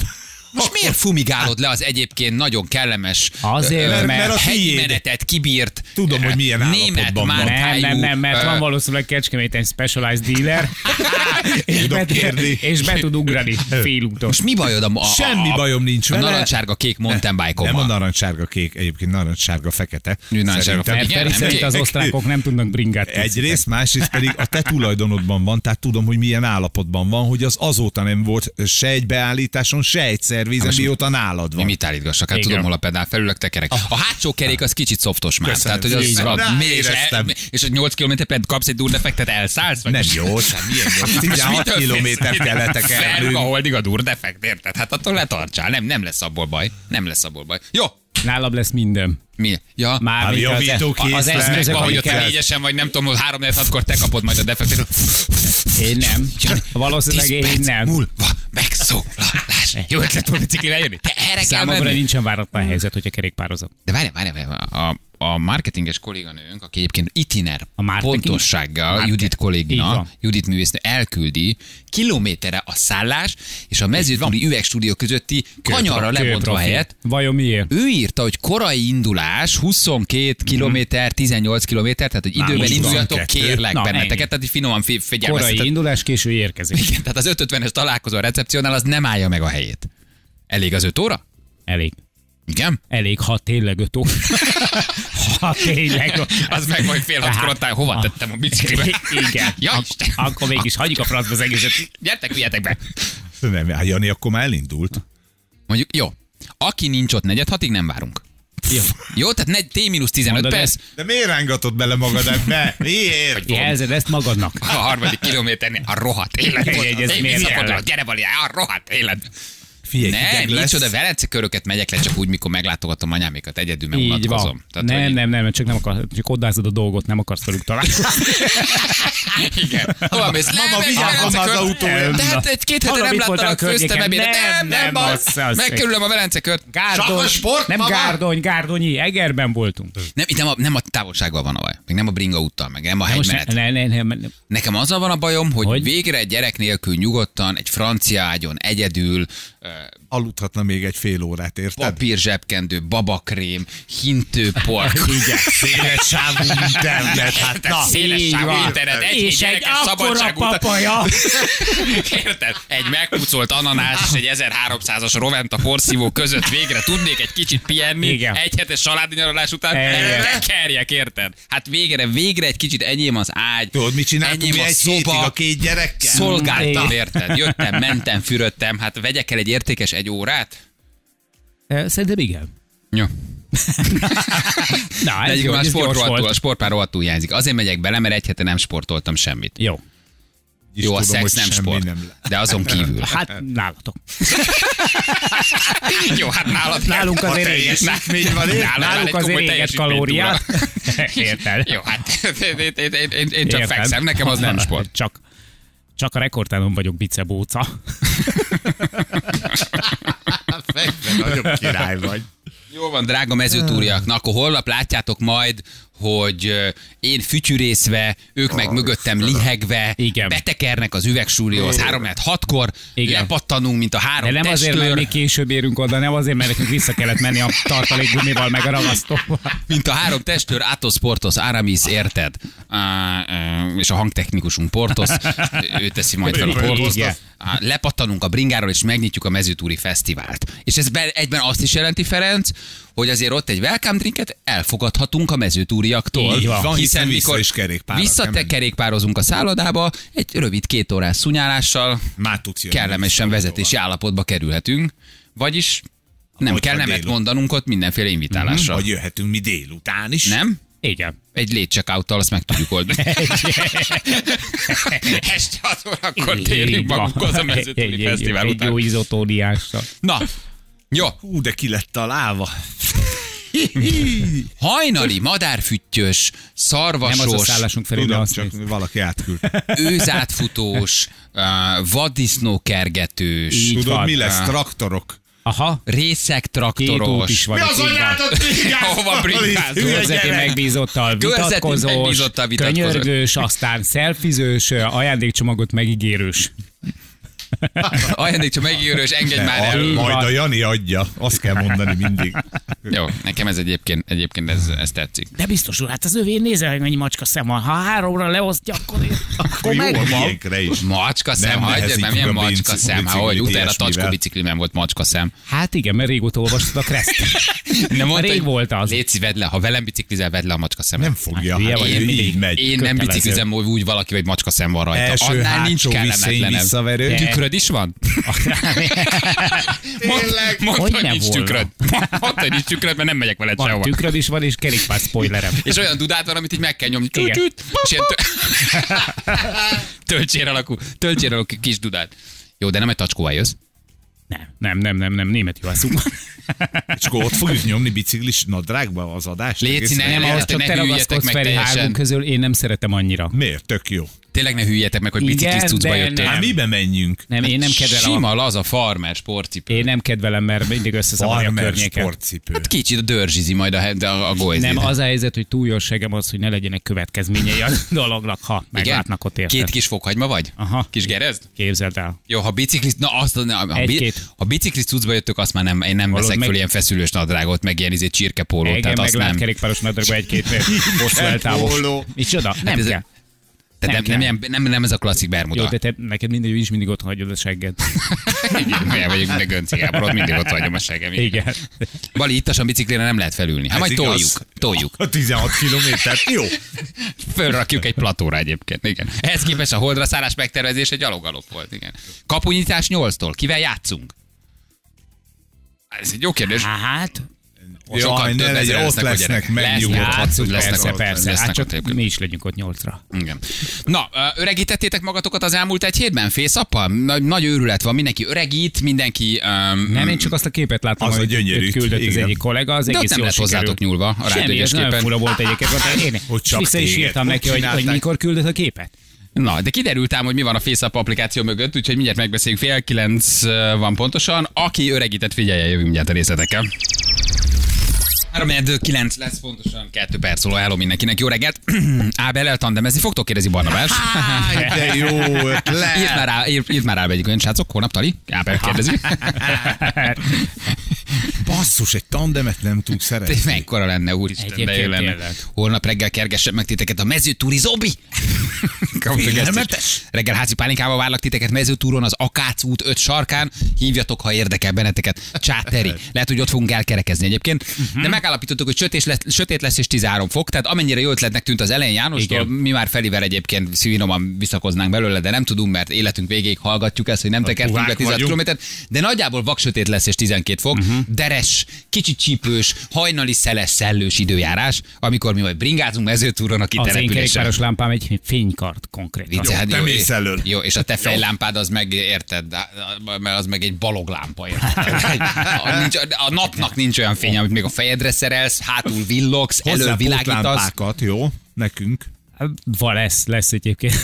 S1: Most miért fumigálod le az egyébként nagyon kellemes
S2: Azért,
S1: mert,
S2: mert
S1: mert
S3: a
S1: hegyi
S3: tiéd.
S1: menetet kibírt
S3: Tudom, hogy milyen
S1: német
S3: állapotban van.
S2: Nem,
S1: márkájú,
S2: nem, nem, mert
S1: ö, [laughs]
S2: van valószínűleg Kecskeméten specialized dealer, és, be,
S3: tudok kérni.
S2: és be tud ugrani félúton.
S1: Most mi bajod a, a,
S3: Semmi
S1: a,
S3: bajom nincs
S1: a
S3: vele.
S1: narancsárga kék mountain bike
S3: Nem a narancssárga kék, egyébként narancssárga fekete.
S1: Narancssárga
S3: Szerintem-
S1: fekete.
S2: Mert
S1: Igen,
S2: Feri
S1: nem
S2: szerint
S1: kék.
S2: az osztrákok nem tudnak bringát készíteni.
S3: Egyrészt, másrészt pedig a te tulajdonodban van, tehát tudom, hogy milyen állapotban van, hogy az azóta nem volt se egy beállításon, se egy szervizen,
S1: most
S3: mióta nálad
S1: Mi
S3: van.
S1: mit állítgassak? Hát
S2: Igen.
S1: tudom, hol a pedál, felülök, tekerek. A hátsó kerék az kicsit szoftos már.
S3: Ah. Köszönöm.
S1: Tehát, hogy
S3: Így
S1: az,
S3: van.
S1: az
S3: Rá
S1: mély, és, el,
S3: éreztem.
S1: és hogy 8 km per kapsz egy durdefektet, elszállsz? Vagy
S3: Nem
S1: most-
S3: jó, hát milyen jó. 16 kilométer kellett
S1: Felrúg a
S3: tekerni.
S1: holdig a durdefekt, érted? Hát attól letartsál. Nem, nem lesz abból baj. Nem lesz abból baj. Jó,
S2: Nálam lesz minden.
S1: mi? Ja,
S2: Már
S3: A
S2: az,
S3: javítókészlet.
S2: az eszközök,
S1: Megvan, hogy ott
S2: amikkel
S1: négyesen vagy nem tudom, hogy három négy hatkor te kapod majd a defektet.
S2: én nem.
S1: Jani,
S2: Valószínűleg
S1: 10
S2: én
S1: perc
S2: nem.
S1: Múlva megszólalás. Jó ötlet volt biciklivel jönni. Te erre kell
S2: Számomra
S1: menni.
S2: nincsen váratlan helyzet, hogyha kerékpározok.
S1: De várj, várj, várj. A, a marketinges kolléganőnk, aki egyébként itiner
S2: A marketing?
S1: pontossággal
S2: Marketing.
S1: Judit
S2: Így
S1: kollégina,
S2: van.
S1: Judit művésznő elküldi kilométerre a szállás és a mezőtúri üvegstúdió közötti kanyarra lebontva
S2: Kőprofi.
S1: helyet.
S2: Vajon miért?
S1: Ő írta, hogy korai indulás, 22
S2: Mhm.
S1: km, 18 km, tehát hogy időben
S2: most
S1: induljatok,
S3: 22.
S1: kérlek
S2: Na,
S1: benneteket,
S2: ennyi.
S1: tehát így finoman fi-
S2: Korai
S1: figyelmeztetett.
S2: indulás, késő érkezik.
S1: Igen, tehát az 5.50-es találkozó a recepciónál az nem állja meg a helyét. Elég az 5 óra?
S2: Elég.
S1: Igen?
S2: Elég, ha tényleg öt óra. [laughs] ha
S1: [laughs]
S2: tényleg.
S1: Az meg majd fél hatkor
S2: Tehát-
S1: ott áll, hova tettem a biciklibe?
S2: Hát, [laughs] Igen.
S1: Ja,
S2: Ak-
S1: Isten.
S2: akkor mégis hagyjuk a francba az egészet.
S1: Gyertek, üljetek be.
S3: Nem, hát Jani akkor már elindult.
S1: Mondjuk, jó. Aki nincs ott negyed hatig, nem várunk. Jó, jó tehát negy, T-15
S2: Mondod
S1: perc,
S2: ezt?
S3: De miért rángatod bele magad ebbe? Miért?
S2: Jelzed ezt magadnak.
S1: a harmadik kilométernél a rohadt élet.
S2: Igen,
S1: volt.
S2: egy- ez
S1: Én
S2: miért
S1: visszafordulok,
S2: kellett?
S1: Gyere, Bali, a rohadt élet.
S3: Figyelj,
S1: Nem,
S3: hideg
S1: nincs
S3: lesz.
S1: oda Velence köröket megyek le, csak úgy, mikor meglátogatom anyámékat egyedül, meg
S2: Így
S1: unatkozom.
S2: van. nem, nem, nem, csak nem akar, csak oddázod a dolgot, nem akarsz
S1: [laughs]
S2: velük találkozni.
S1: Igen. Hova mész? Nem,
S3: Mama,
S1: egy
S3: vigyázz
S1: Velence
S3: az
S1: kör-
S3: autóért.
S1: Tehát egy két hete
S2: Hallom,
S1: nem
S2: itt voltál a
S1: láttalak, főztem
S2: környéken.
S1: ebédet. Nem,
S2: Nem,
S1: nem,
S2: nem,
S1: baj.
S2: bassza, az-
S1: Megkerülöm a Velence kört.
S3: Csak a sport,
S2: nem
S3: mama?
S2: Gárdony, Gárdonyi, Egerben voltunk.
S1: Nem, itt nem a, nem a távolsággal van a baj, meg nem a bringa úttal, meg nem a
S2: Most ne,
S1: hegymenet.
S2: ne, ne, ne, ne,
S1: Nekem azzal van a bajom, hogy, hogy
S2: Hogy?
S1: végre egy gyerek nélkül nyugodtan, egy francia ágyon, egyedül, ö,
S3: Aludhatna még egy fél órát, érted?
S1: papír zsebkendő, babakrém,
S2: [laughs]
S1: hintőpork.
S3: Széles sávú internet, hát na.
S1: Széles
S2: Így
S1: sávú
S2: van.
S1: internet, egy,
S2: és egy
S1: gyerekes
S2: akkora
S1: szabadság után- [laughs]
S2: papaja.
S1: Érted? Egy megpucolt ananás és egy 1300-as rovent a porszívó között végre tudnék egy kicsit pihenni.
S2: Igen.
S1: Egy hetes családi nyaralás után
S2: Igen.
S1: erre kerjek, érted? Hát végre, végre egy kicsit enyém az ágy.
S3: Tudod, mit csináltunk
S1: enyém
S3: mi
S1: a
S3: egy hétig
S1: szoba.
S3: a két gyerekkel?
S1: Szolgáltam,
S2: Mm.
S1: érted? Jöttem, mentem, fürödtem, hát vegyek el egy értékes egy órát?
S2: Eh, Szerintem igen.
S1: Jó.
S2: Na, ez
S1: Egyik
S2: jó,
S1: már
S2: ez gyors
S1: sportroható, a
S2: volt.
S1: sportpár rohadtul hiányzik. Azért megyek bele, mert egy hete nem sportoltam semmit.
S2: Jó.
S3: És
S1: Jó, a
S3: tudom,
S1: szex
S3: hogy
S1: nem
S3: semmi
S1: sport,
S3: nem [laughs] lesz.
S1: de azon kívül.
S2: Hát nálatok.
S1: [laughs] Jó, hát nálad
S2: Nálunk
S1: a
S2: azért
S1: teljes-
S3: teljesítmény van,
S1: nálad
S3: érted?
S1: már egy
S2: Náluk az
S1: komoly
S2: éget
S1: teljesítmény
S2: kalóriát.
S1: túl van.
S2: [laughs] Érted?
S1: Jó, hát én, én, én, én, én csak
S2: Érted?
S1: fekszem, nekem az nem sport.
S2: [laughs] Csak, csak a rekordtánon vagyok bicebóca.
S3: Fekve, nagyobb király vagy.
S1: Jó van, drága mezőtúriak, na akkor holnap látjátok majd, hogy ö, én fütyűrészve, ők meg mögöttem lihegve,
S2: Igen.
S1: betekernek az üvegsúlyhoz, 3 6 kor
S2: Igen.
S1: lepattanunk, mint a
S2: De
S1: három
S2: nem azért, mert mi
S1: testőr,
S2: később érünk oda, nem azért, mert nekünk vissza kellett menni a tartalékgumival, meg a ragasztóval.
S1: mint a három testőr, Atos Portos, Aramis, érted? Á, ö, és a hangtechnikusunk Portos, ő teszi majd fel a
S2: Igen.
S1: Portos. Á, Lepattanunk a bringáról, és megnyitjuk a mezőtúri fesztivált. És ez be- egyben azt is jelenti, Ferenc, hogy azért ott egy welcome drinket elfogadhatunk a mezőtúriaktól.
S2: Így van.
S3: Van, hiszen vissza is kerékpárral kell menni.
S1: visszatekerékpározunk a szállodába, egy rövid két órás szunyálással
S3: Már tudsz jönni.
S1: kellemesen vezetési állapotba kerülhetünk. Vagyis nem
S3: Vagy
S1: kell
S3: ha
S1: nemet
S3: délután.
S1: mondanunk ott
S3: Mhm,
S1: mindenféle invitálásra.
S3: Vagy jöhetünk mi délután is.
S1: Nem?
S2: Igen.
S1: Egy létcheckout-tal azt meg tudjuk
S2: [laughs]
S1: oldani. Este 6 órakor
S2: Így
S1: térünk
S2: van.
S1: magunkhoz a
S2: [laughs] Egy-
S1: mezőtúri
S2: egy-
S1: fesztivál
S2: egy Jó
S1: után.
S2: izotóniással.
S1: Na, jó,
S3: Hú, de ki lett találva.
S1: hajnali, madárfüttyös,
S2: Nem az a
S1: szarvasos,
S2: szállásunk felé, de
S3: Tudom,
S2: azt
S3: csak
S2: nézd.
S3: valaki átküld.
S1: [laughs] őzátfutós, uh, vaddisznókergetős,
S2: Így
S3: Tudod,
S2: van.
S3: mi lesz? Traktorok.
S2: Aha.
S1: részek
S2: Két út is
S1: [laughs] traktoros,
S2: van. itt, így van.
S1: [laughs] Hova bringázol?
S2: Körzeti megbízottal
S1: Körzeti
S2: vitatkozós,
S1: megbízottal vitatkozós.
S2: könyörgős, aztán szelfizős, ajándékcsomagot megígérős.
S1: ajándékcsom megírős, engedj már
S3: A-
S1: el.
S2: Így
S3: Majd
S2: van.
S3: a Jani adja, azt kell mondani mindig.
S1: Jó, nekem ez egyébként, egyébként ez, ez tetszik.
S2: De biztos úr, hát az övé nézel, hogy mennyi macska szem van. Ha háromra leosztja, akkor,
S1: [laughs]
S2: akkor
S3: Jó,
S2: meg
S3: a
S2: van.
S3: miénkre is.
S1: Macska szem,
S3: Nem
S1: hagyja,
S3: nehezítjük
S1: mert milyen
S3: a
S1: macska
S3: biciklit,
S1: szem, ha hogy utána a
S3: ilyesmivel.
S1: tacskó biciklimen volt macska szem.
S2: Hát igen, mert régóta olvastad a
S1: [laughs]
S2: kreszt.
S1: Nem
S2: Rég
S1: hogy
S2: volt az.
S1: Légy szív, vedd le, ha velem biciklizel, vedd le a macska szemet.
S3: Nem fogja,
S2: Hülye
S3: hát
S2: vagy,
S3: ő
S2: mindig-
S3: így megy.
S1: Én nem
S2: kötelező.
S1: biciklizem hogy úgy valaki, hogy macska szem van rajta.
S3: Első,
S1: Annál nincs
S3: hátsó viszény
S1: kellemetlenem.
S3: visszaverő.
S1: Tükröd is
S3: [laughs]
S1: van? Tényleg? Mondd,
S2: Hogy
S1: hogy,
S2: ne
S1: nincs
S2: volna?
S1: tükröd. Mondd, hogy nincs tükröd, mert nem megyek veled
S2: Van
S1: sehova.
S2: tükröd is van, és kerékpár spoilerem.
S1: És olyan dudát van, amit így meg kell nyomni.
S2: Igen.
S1: Csüt-csüt, És ilyen tö- [laughs] töltsér alakú, töltsér alakú kis dudát. Jó, de nem egy tacskóval jössz.
S2: Nem, nem, nem, nem, nem, német juhászunk.
S1: Hát
S3: És akkor ott fogjuk nyomni biciklis nadrágba az adást?
S1: Léci,
S3: Egész
S1: ne,
S3: egyszerűen.
S1: ne,
S2: Ahhoz
S1: ezt
S2: csak
S1: ne
S2: te
S1: hűljetek
S2: ragaszkodsz
S1: meg
S2: Feri
S1: teljesen.
S2: három közül, én nem szeretem annyira.
S3: Miért? Tök jó.
S1: Tényleg ne hülljetek meg, hogy biciklis
S2: Igen,
S1: cuccba
S2: de
S1: jöttél.
S2: nem.
S3: Hát mibe menjünk?
S2: Nem, én nem kedvelem. A,
S1: Sima, laza, farmer, sportcipő.
S2: én nem kedvelem, mert mindig összezavarja a
S3: Farmer
S2: környéket.
S3: sportcipő.
S1: Hát kicsit dörzsizi majd a, de a, a gólyzit.
S2: Nem, az a helyzet, hogy túljóságem az, hogy ne legyenek következményei
S1: [laughs]
S2: a dolognak, ha meglátnak ott érted.
S1: Két kis fokhagyma vagy?
S2: Aha.
S1: Kis gerezd?
S2: Képzeld el.
S1: Jó, ha biciklis, na azt, na, ha, bi,
S2: Egy-két.
S1: ha biciklis cuccba jöttök, azt már nem, én nem
S2: Valód
S1: veszek
S2: meg-
S1: föl ilyen feszülős nadrágot, meg ilyen izé csirkepólót,
S2: Igen,
S1: tehát
S2: meg
S1: azt
S2: lát
S1: nem.
S2: kerékpáros nadrágba
S1: [laughs]
S2: egy-két mér. hosszú
S3: póló.
S2: eltávol. Micsoda? Nem
S1: Hát ez-
S2: kell.
S1: Tehát
S2: nem
S1: nem, nem,
S2: kell.
S1: ilyen- nem, nem, ez a klasszik bermuda.
S2: Jó, de te, neked mindegy, is mindig otthon hagyod a segged.
S1: [laughs] Igen, olyan vagyok, mint a Gönci Gábor, ott mindig ott hagyom a segem.
S2: Igen.
S1: Bali, ittasan biciklire nem lehet felülni. Hát
S3: Ez
S1: majd
S3: igaz.
S1: toljuk, toljuk.
S3: A 16 kilométert, jó.
S1: Fölrakjuk egy platóra egyébként. Igen. Ehhez képest a holdra szállás megtervezése gyalogalop volt. Igen. Kapunyítás 8-tól. Kivel játszunk? Ez egy jó kérdés.
S2: Hát,
S1: Sokan
S3: Jaj, ne
S1: több ezeren
S3: legyen, ott
S1: a
S3: lesznek,
S1: gyerekek. Lesznek,
S3: megnyugodhatsz.
S1: hát,
S3: hogy
S1: lesznek
S2: persze,
S1: ott,
S2: persze. Hát
S1: lesznek ott
S2: csak
S1: egyébként.
S2: mi is legyünk ott nyolcra.
S1: Igen. Na, ö, öregítettétek magatokat az elmúlt egy hétben? Fészappal? Nagy, nagy őrület van, mindenki öregít, mindenki... Um,
S2: Nem, én csak azt a képet láttam,
S3: Hmm. Az a
S2: amit
S3: gyönyörű.
S2: itt küldött az
S3: Igen.
S2: egyik kollega, az
S1: De ott
S2: egész
S1: nem
S2: jól
S1: lett hozzátok
S2: sikerült.
S1: nyúlva a
S2: Semmi, ez nagyon
S1: rádiógyes képen.
S2: fura volt egyébként. Én
S3: Hogy csak
S2: vissza is
S3: téged.
S2: írtam
S3: Hogy
S2: neki, hogy, hogy
S3: csinálták?
S2: mikor küldött a képet.
S1: Na, de kiderült ám, hogy mi van a FaceApp applikáció mögött, úgyhogy mindjárt megbeszéljük. Fél kilenc ö, van pontosan. Aki öregített, figyelje, jövünk mindjárt a részletekkel. 3 lesz pontosan, 2 perc szóló hello mindenkinek. Jó reggelt! [clears throat] Ábel tandemezni fogtok, kérdezi Barnabás.
S3: Háj, de jó
S1: Írd
S3: ötlet.
S1: már rá, írd, írd már rá egyik olyan srácok, holnap Tali? Ábel
S3: [laughs]
S1: kérdezi.
S3: Basszus, egy tandemet nem tudunk
S1: Te
S3: szeretni.
S1: mekkora lenne, úristen, de jó
S2: Egyébként
S1: lenne.
S2: tényleg.
S1: Holnap reggel kergessem meg titeket a mezőtúri zobi. Kaptok ezt is.
S3: Félelmetes.
S1: Reggel házi pálinkával várlak titeket mezőtúron, az Akác út 5 sarkán. Hívjatok, ha érdekel benneteket. Csáteri. Lehet, hogy ott fogunk elkerekezni egyébként. De megállapítottuk, hogy sötét lesz, sötét lesz és 13 fok. Tehát amennyire jó ötletnek tűnt az elején Jánostól,
S2: Igen.
S1: mi már Felivel egyébként szívinoman visszakoznánk belőle, de nem tudunk, mert életünk végéig hallgatjuk ezt, hogy nem tekertünk be
S3: puhák
S1: 16
S3: vagyunk.
S1: km kilométert, de nagyjából vaksötét lesz és 12 fok, uh-huh. deres, kicsit csípős, hajnali szeles, szellős időjárás, amikor mi majd bringázunk mezőtúron a
S2: Az én
S1: kitelepülésen.
S2: kerékpáros lámpám egy fénykart konkrétan.
S1: Vicce, hát
S3: te
S1: és-
S3: mész elől.
S1: jó, és a te fejlámpád az meg, érted, de- mert az meg egy baloglámpa, érted? A, nincs, a napnak nincs olyan fény, amit még a fejedre szerelsz, hátul villogsz, elől világítasz.
S3: Hozzá jó? Nekünk.
S2: Van, lesz, lesz egyébként.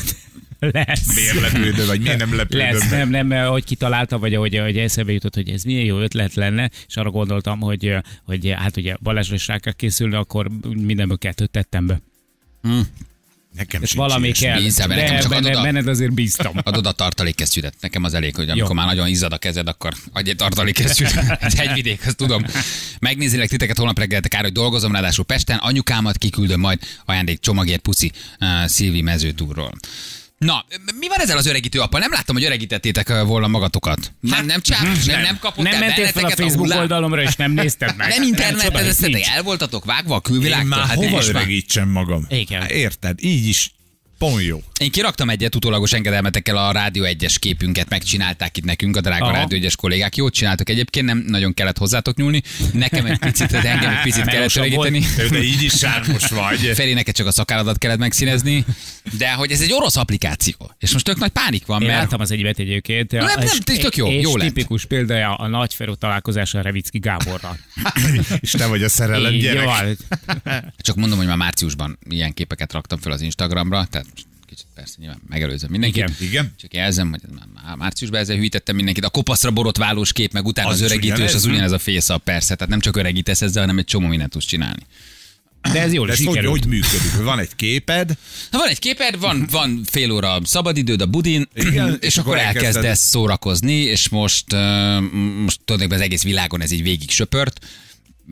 S2: [laughs] Lesz.
S3: Miért lepődöm, vagy miért nem lepődöm?
S2: Lesz,
S3: meg?
S2: nem, nem, mert ahogy kitalálta, vagy ahogy, ahogy eszembe jutott, hogy ez milyen jó ötlet lenne, és arra gondoltam, hogy, hogy hát ugye Balázsra is rá kell készülni, akkor mindenből kettőt tettem be.
S3: Nekem
S2: És
S3: sincs
S2: valami
S3: ilyesmi.
S2: kell.
S1: Bízzál benne, nekem csak adod
S2: benned,
S1: a-
S2: benned azért bíztam.
S1: Adod a tartalékkesztyűdet. Nekem az elég, hogy amikor
S2: Jó.
S1: már nagyon izzad a kezed, akkor adj egy
S2: [laughs]
S1: tartalékkesztyűt. Ez hegyvidék, azt tudom. Megnézélek titeket holnap reggel, te kár, hogy dolgozom, ráadásul Pesten. Anyukámat kiküldöm majd ajándék csomagért puszi uh, Szilvi mezőtúrról. Na, mi van ezzel az öregítő appal? Nem láttam, hogy öregítettétek ö, volna magatokat. Nem, nem csáv, nem, nem, nem kapott
S2: Hát, hm, Nem
S1: el
S2: mentél fel a
S1: benneteket
S2: Facebook
S1: hullám?
S2: oldalomra, és nem nézted
S1: [laughs]
S2: meg.
S1: Nem
S2: csoda,
S1: internetet,
S2: hisz
S1: ezt
S2: nincs.
S1: el voltatok vágva a
S3: Én
S1: külvilágtól?
S3: már
S1: Hát
S3: hova
S1: és már-
S3: öregítsem magam?
S2: Igen.
S3: Hát Érted? Így is. Pont jó.
S1: Én kiraktam egyet utólagos engedelmetekkel a Rádió 1-es képünket, megcsinálták itt nekünk a drága
S2: Aha.
S1: Rádió 1-es kollégák. Jót csináltok egyébként, nem nagyon kellett hozzátok nyúlni. Nekem egy picit, de engem egy picit kellett
S2: Melósabb volt.
S1: segíteni.
S3: Te de így is sármos
S1: [laughs]
S3: vagy.
S1: Feri, neked csak a szakálladat kellett megszínezni, de hogy ez egy orosz applikáció. És most tök nagy pánik van,
S2: Én
S1: mert
S2: láttam az egyet egyébként.
S1: hát nem,
S2: És-
S1: tök- tök jó,
S2: és
S1: jó lett.
S2: tipikus példája a nagyferú találkozása Revicki
S1: [laughs]
S2: Gáborral.
S3: [laughs] És te vagy a szerelem
S2: Így
S3: gyerek.
S2: van.
S1: csak mondom, hogy már márciusban ilyen képeket raktam fel az Instagramra, tehát most kicsit persze nyilván megelőzöm mindenkit.
S2: Igen.
S3: Igen?
S1: Csak jelzem, hogy ez már- már márciusban ezzel hűítettem mindenkit. A kopaszra borotválós kép, meg utána az,
S3: Az
S1: az
S3: is
S1: öregítő, és
S3: ugyanez,
S1: az
S3: hm?
S1: ugyanez a fészabb persze. Tehát nem csak öregítesz ezzel, hanem egy csomó mindent tudsz csinálni.
S2: De ez jól
S3: De
S2: is
S3: ez hogy,
S2: sikerült.
S3: hogy működik? Van egy képed,
S1: Na, van egy képed, van, van fél óra szabadidőd a budin,
S3: Igen,
S1: [clears throat] és, és akkor elkezdesz
S3: elkezded.
S1: szórakozni, és most, ö, most tulajdonképpen az egész világon ez így végig söpört.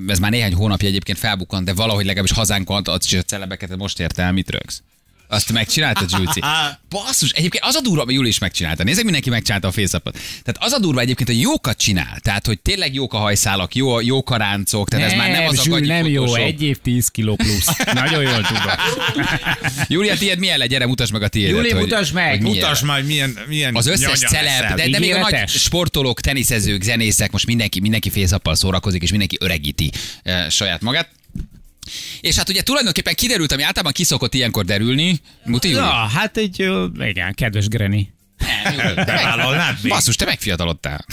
S1: Ez már néhány hónapja egyébként felbukkant, de valahogy legalábbis hazánkat adsz, és a celebeket most ért el, mit rögsz. Azt megcsinálta,
S3: [laughs]
S1: Zsülci? Basszus, egyébként az a durva, ami Júli is megcsinálta. Nézzek, mindenki megcsinálta a fészapot. Tehát az a durva egyébként, hogy jókat csinál. Tehát, hogy tényleg jók a hajszálak, jó, jók a ráncok, tehát ez már nem az a
S2: Zsül,
S1: gagyi
S2: nem jó,
S1: Photoshop.
S2: egy év 10
S1: [laughs]
S2: kiló plusz. Nagyon jól tudom.
S1: Júlia, tiéd milyen le? Gyere, mutasd meg a tiédet.
S2: Júli,
S1: hogy-
S2: mutasd meg!
S1: hogy milyen le.
S3: mutasd már, milyen, milyen
S1: Az összes
S3: nyanya
S1: celeb,
S3: leszel.
S1: de, de még a nagy
S2: Ígéretes.
S1: sportolók, teniszezők, zenészek, most mindenki, mindenki fészappal szórakozik, és mindenki öregíti e, saját magát. És hát ugye tulajdonképpen kiderült, ami általában kiszokott ilyenkor derülni, Muti Júli?
S2: Ja, hát egy, ö, igen, kedves Greni.
S1: Nem, Júli.
S3: Bevállalnád még?
S1: Basszus, te megfiatalodtál.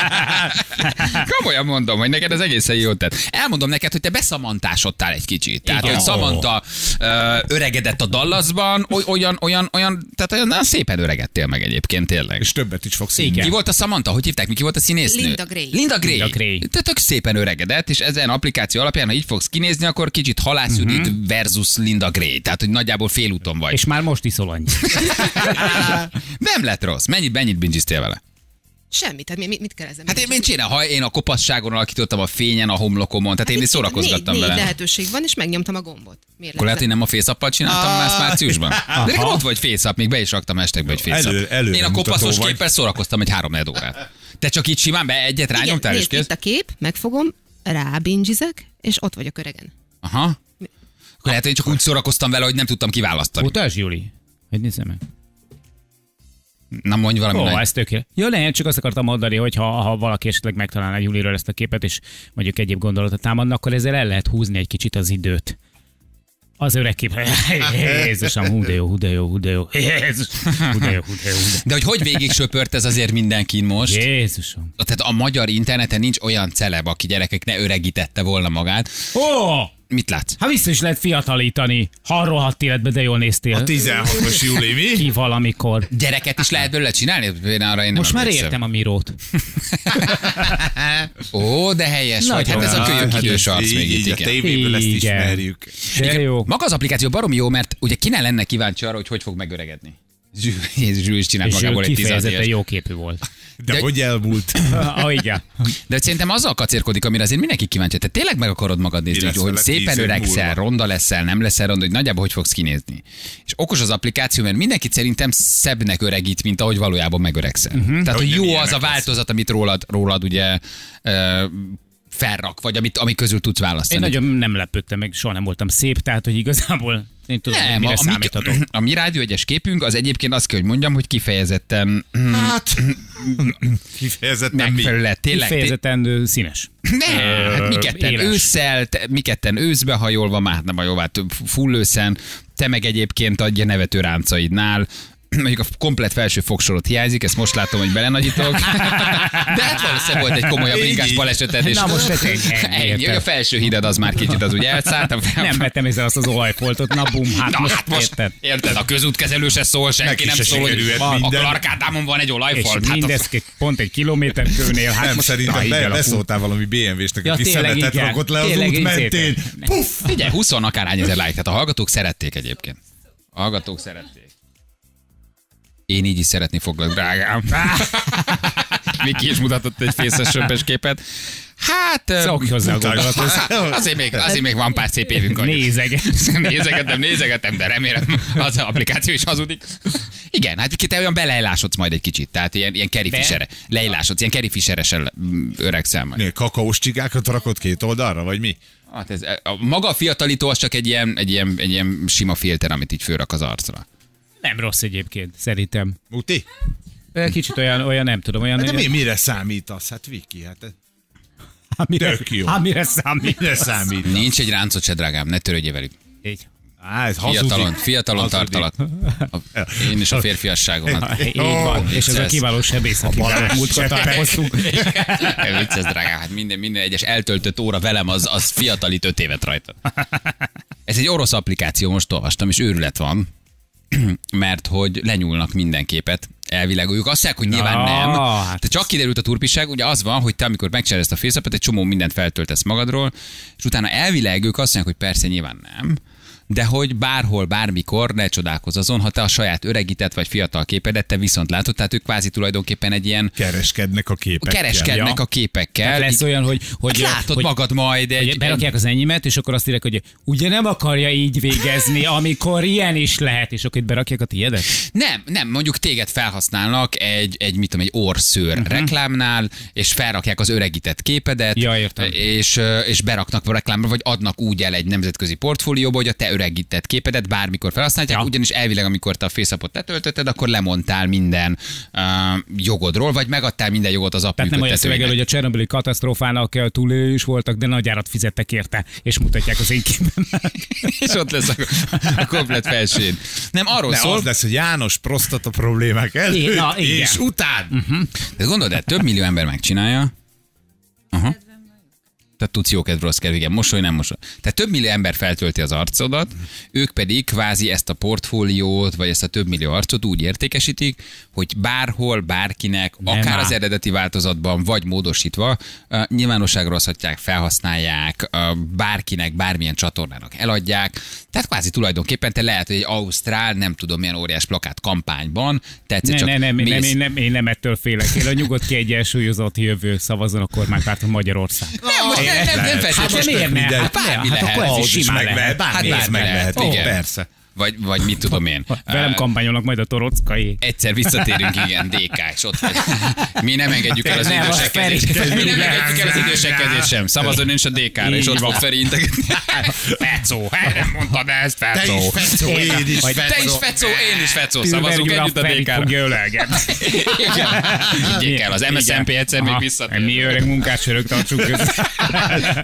S1: [laughs] Komolyan mondom, hogy neked ez egészen jó tett. Elmondom neked, hogy te beszamantásodtál egy kicsit. Tehát,
S2: Igen.
S1: hogy Samantha ö, öregedett a Dallasban, oly- olyan, olyan, olyan, tehát olyan, olyan szépen öregedtél meg egyébként, tényleg.
S3: És többet is fogsz
S1: Igen.
S3: inni.
S1: Ki volt a Samantha? Hogy hívták? Mi ki volt a színésznő?
S4: Linda Gray.
S1: Linda Gray.
S2: Linda Gray.
S1: Te tök szépen öregedett, és ezen applikáció alapján, ha így fogsz kinézni, akkor kicsit Halász
S2: Mhm.
S1: Judit versus Linda Gray. Tehát, hogy nagyjából félúton vagy.
S2: És már most iszol annyit.
S1: [laughs] Nem lett rossz. Mennyit, mennyit bingiztél vele?
S4: Semmit, hát mi- mit, mit kell ezzel?
S1: Hát én mit csinál, ha én a kopasságon alakítottam a fényen, a homlokomon, tehát én
S4: Hát
S1: is szórakozgattam
S4: négy,
S1: vele.
S4: Négy lehetőség van, és megnyomtam a gombot. Miért
S1: Akkor lehet,
S4: lenne?
S1: én nem a fészappal csináltam
S4: Ah.
S1: más márciusban. De nekem ott vagy fészap, még be is raktam estekbe, hogy fészap.
S3: Elő- előre
S1: én a kopaszos
S3: mutató vagy.
S1: képpel szórakoztam egy három órát. Te csak így simán be egyet
S4: Igen,
S1: rányomtál, és
S4: nézd,
S1: kész?
S4: itt a kép, megfogom, rábincsizek, és ott vagyok öregen.
S1: Aha. Akkor lehet, hogy én csak úgy szórakoztam vele, hogy nem tudtam kiválasztani.
S2: Utasd, Juli. Hogy nézzem meg.
S1: Na mondj valami
S2: Ó,
S1: nagy.
S2: ez tökéletes. Jó, nem, csak azt akartam mondani, hogy ha, ha valaki esetleg megtalálná Juliről ezt a képet, és mondjuk egyéb gondolatot támadna, akkor ezzel el lehet húzni egy kicsit az időt. Az öreg kép. [laughs] Jézusom, hú de jó, hú de jó, hú de jó. Jézus, hú de jó, hú de jó, hú de
S1: De hogy hogy végig söpört ez azért mindenkin most?
S2: jó. Jézusom.
S1: Tehát a magyar interneten nincs olyan celeb, aki gyerekek ne öregítette volna magát.
S2: Ó,
S1: Mit látsz?
S2: hát vissza is lehet fiatalítani. Ha arról hat életben, de jól néztél.
S3: A 16-os júli, mi?
S2: Ki valamikor.
S1: Gyereket is lehet belőle csinálni? Én arra én nem
S2: Most már
S1: emlékszem.
S2: értem a Mirót.
S1: Ó, de helyes vagy. Hát
S2: Nagyon.
S1: ez a kölyök
S3: Hát
S1: idős
S3: ez
S1: arc
S3: így-
S1: még itt,
S3: így A
S1: igen.
S3: tévéből ezt
S2: Igen.
S3: ismerjük.
S2: De jó.
S1: Maga az applikáció barom jó, mert ugye ki ne lenne kíváncsi arra, hogy hogy fog megöregedni. Zsű, Jézus, Zsű is csinált
S2: És ő
S1: magából egy
S2: kifejezetten
S1: tizenéves.
S2: jó képű
S1: [laughs]
S2: volt.
S3: De,
S1: De-
S3: hogy elmúlt? [laughs]
S2: Ah, igen.
S1: De szerintem azzal kacérkodik, amire azért mindenki kíváncsi. Te tényleg meg akarod magad nézni,
S3: Mi
S1: hogy,
S3: lesz
S1: hogy
S3: vele
S1: szépen
S3: tíz év
S1: öregszel,
S3: múlva?
S1: ronda leszel, nem leszel ronda, hogy nagyjából hogy fogsz kinézni. És okos az applikáció, mert mindenki szerintem szebbnek öregít, mint ahogy valójában megöregszel. Uh-huh. Tehát, hogy
S3: Mhm. nem
S1: jó
S3: ilyenek
S1: az a
S3: lesz.
S1: változat, amit rólad, rólad ugye ö, felrak, vagy amit, ami közül tudsz
S2: Én
S1: választani.
S2: nagyon nem lepődtem meg, soha nem voltam szép, tehát hogy igazából én tudom, nem, hogy mire
S1: a, a,
S2: számíthatok.
S1: mi, a mi rádió egyes képünk az egyébként azt kell, hogy mondjam, hogy kifejezetten
S3: Hát, kifejezetten mi?
S1: megfelelő lett. Tényleg. té-
S2: Kifejezetten ö, színes.
S1: Ne, hát mi
S2: Ö,
S1: ketten
S2: éles.
S1: ősszel, te, mi ketten őszbe hajolva, már nem hajolva, hát full őszen, te meg egyébként adja nevető ráncaidnál, [clears throat] mondjuk a komplet felső fogsorot hiányzik, ezt most látom, hogy
S2: [laughs]
S1: belenagyítok. De hát valószínűleg volt egy komolyabb
S3: Így,
S1: ingás
S3: így.
S1: baleseted, és
S2: Na most ez ennyi,
S1: [laughs]
S2: ennyi,
S1: ennyi,
S2: érted.
S1: a felső hided az már kicsit az ugye
S2: [laughs]
S1: elszállt. a fel-
S2: Nem vettem észre azt az olajfoltot, na bum, hát
S1: Hát, Na,
S2: most,
S1: hát most érted.
S2: érted.
S1: érted, a közútkezelő se szól, senki
S3: Neki
S1: nem
S3: se
S1: szól, hogy
S3: sikerült
S1: van, a
S3: minden.
S1: Klarkádámon van egy
S2: És
S1: olajfal. Hát
S2: mindez
S1: az,
S2: ke- pont egy kilométer kőnél, hát
S3: Nem,
S2: most
S3: szerintem
S2: na, így
S3: be,
S2: alakul.
S3: beszóltál valami BMW-snek,
S2: Ja,
S3: aki
S2: tényleg,
S3: szemetet
S2: igen.
S3: rakott le az
S2: Tényleg,
S3: út
S2: így
S3: mentén.
S2: szépen.
S3: Puff!
S1: figyelj, 20 akárhány ezer like, tehát a hallgatók szerették egyébként. A hallgatók szerették. Én így is szeretni foglak, drágám.
S2: [laughs]
S1: Miki is mutatott egy fészes sömpös képet. Hát... ö,
S2: Szokj hozzá a
S3: Mutasd.
S2: gondolatot.
S1: Azért még, azért még van pár szép évünk. Anyu.
S2: Nézeget.
S1: [laughs] Nézegetem, nézegetem, de remélem az applikáció is hazudik. Igen, hát ki te olyan belejlásodsz majd egy kicsit, tehát ilyen, ilyen Carrie
S2: Be?
S1: Fisher, lejlásodsz, ilyen Carrie Fisher-esen mm, öregszel majd.
S3: Né, Kakaós csigákat rakott két oldalra, vagy mi?
S1: Hát ez, a maga a fiatalító az csak egy ilyen, egy ilyen, egy ilyen sima filter, amit így fölrak az arcra.
S2: Nem rossz egyébként, szerintem.
S3: Muti?
S2: Kicsit olyan, olyan nem tudom, olyan...
S3: Hát De mi, mire számítasz? Hát Viki, hát
S2: [laughs] amire,
S3: Tök jó.
S2: amire számít.
S3: mire számít?
S1: Nincs egy ráncot se, drágám, ne törődj velük.
S2: Így.
S3: Á, ez hazudik.
S1: Fiatalon, fiatalon
S3: Hazudik.
S1: tartalak. A, én is a hát. férfiasságomat.
S2: Így van. És ez a
S1: vicces.
S2: kiváló sebész, akivel múltkor találkoztunk.
S1: Ne Vicces, drágám, hát minden, minden egyes eltöltött óra velem, az, az fiatalít öt évet rajta. Ez egy orosz applikáció, most olvastam, és őrület van, mert hogy lenyúlnak minden képet, elvileg ők azt mondják, hogy nyilván
S2: Na,
S1: nem.
S2: hát
S1: De csak kiderült a turpiság, ugye az van, hogy te amikor megcsinálod ezt a face egy csomó mindent feltöltesz magadról, és utána elvileg ők azt mondják, hogy persze nyilván nem, de hogy bárhol, bármikor ne csodálkozz azon, ha te a saját öregített vagy fiatal képedet te viszont látod, tehát ők kvázi tulajdonképpen egy ilyen
S3: Kereskednek a képekkel.
S1: kereskednek
S2: Ja.
S1: a képekkel.
S2: Tehát lesz
S1: így-
S2: olyan, hogy, hogy,
S1: hogy látod
S2: hogy,
S1: magad majd
S2: hogy
S1: egy... egy
S2: berakják az enyémet, és akkor azt írják, hogy ugye nem akarja így végezni, amikor ilyen is lehet, és akkor itt berakják a tiédet.
S1: nem, nem, mondjuk téged felhasználnak egy, egy mit tudom, egy orszőr
S2: Mhm.
S1: uh-huh. reklámnál, és felrakják az öregített képedet,
S2: Ja, értem.
S1: és, ö, és beraknak a reklámra, vagy adnak úgy el egy nemzetközi portfólióba, hogy a te leöregített képedet bármikor felhasználják, ja. ugyanis elvileg, amikor te a fészapot letöltötted, akkor lemondtál minden uh, jogodról, vagy megadtál minden jogot az
S2: Tehát nem olyan szöveggel,
S1: apműködtetőnek.
S2: hogy a Csernobili katasztrófának eh, túlélő is voltak, de nagy árat fizettek érte, és mutatják az én [laughs] képemet.
S1: [laughs] És ott lesz a, a komplet felség. Nem, arról
S3: Ne,
S1: szól,
S3: az lesz, hogy János prostata problémák előtt,
S2: na, igen.
S3: és után.
S1: Mhm. De gondolod, de több millió ember megcsinálja. Aha. Tehát tudsz jó kedv, rossz kedv, igen, mosoly, nem mosoly. Tehát több millió ember feltölti az arcodat, ők pedig kvázi ezt a portfóliót, vagy ezt a több millió arcot úgy értékesítik, hogy bárhol, bárkinek, nem akár
S2: á.
S1: az eredeti változatban, vagy módosítva, ö, nyilvánosságra hozhatják, felhasználják, ö, bárkinek, bármilyen csatornának eladják. Tehát kvázi tulajdonképpen te lehet, hogy egy ausztrál, nem tudom milyen óriás plakát kampányban, tehát
S2: Ne,
S1: csak
S2: ne, nem, én nem,
S1: mész-
S2: én nem, én nem ettől félek. Én a nyugodt kiegyensúlyozott jövő szavazzon a kormánypárton Magyarország.
S1: Nem, most nem, nem, nem
S2: Ah, Hát
S1: feltétlenül.
S2: de miért ne?
S3: mindegy.
S2: Hát,
S1: Bármi
S2: nem, hát
S1: lehet.
S2: akkor ez
S1: Ahhoz
S2: is
S1: is
S2: simán
S3: meg
S2: lehet.
S3: lehet. Bármi
S1: Hát
S3: hát
S1: bármi
S3: meg lehet,
S1: lehet.
S3: igen.
S1: Ó.
S3: persze.
S1: Vagy, vagy mit tudom én.
S2: [laughs] Velem
S1: Ö,
S2: kampányolnak majd a torockai.
S1: Egyszer visszatérünk, igen, DK, és ott vagy. Mi nem engedjük el az
S2: Nem, az
S1: idősekedést.
S2: Feri.
S1: Mi nem engedjük el az idősekedést sem. Szavazon nincs a DK-ra, és
S2: Így
S1: ott
S2: van.
S1: fog Feri
S2: [laughs]
S1: integetni.
S2: Fecó, helyre mondtad ezt,
S3: Te is fecó, én is
S2: Vagy
S1: Te is
S3: fecó.
S1: fecó, én is fecó. Szavazunk
S2: Szavazunk
S1: együtt a DK-ra.
S2: fogja ölelgetni.
S1: Igen. Higgyék el, az
S2: Igen.
S1: MSZNP egyszer még
S2: Aha.
S1: visszatér.
S2: Mi öreg munkásörök tartsuk
S1: [laughs]
S2: között.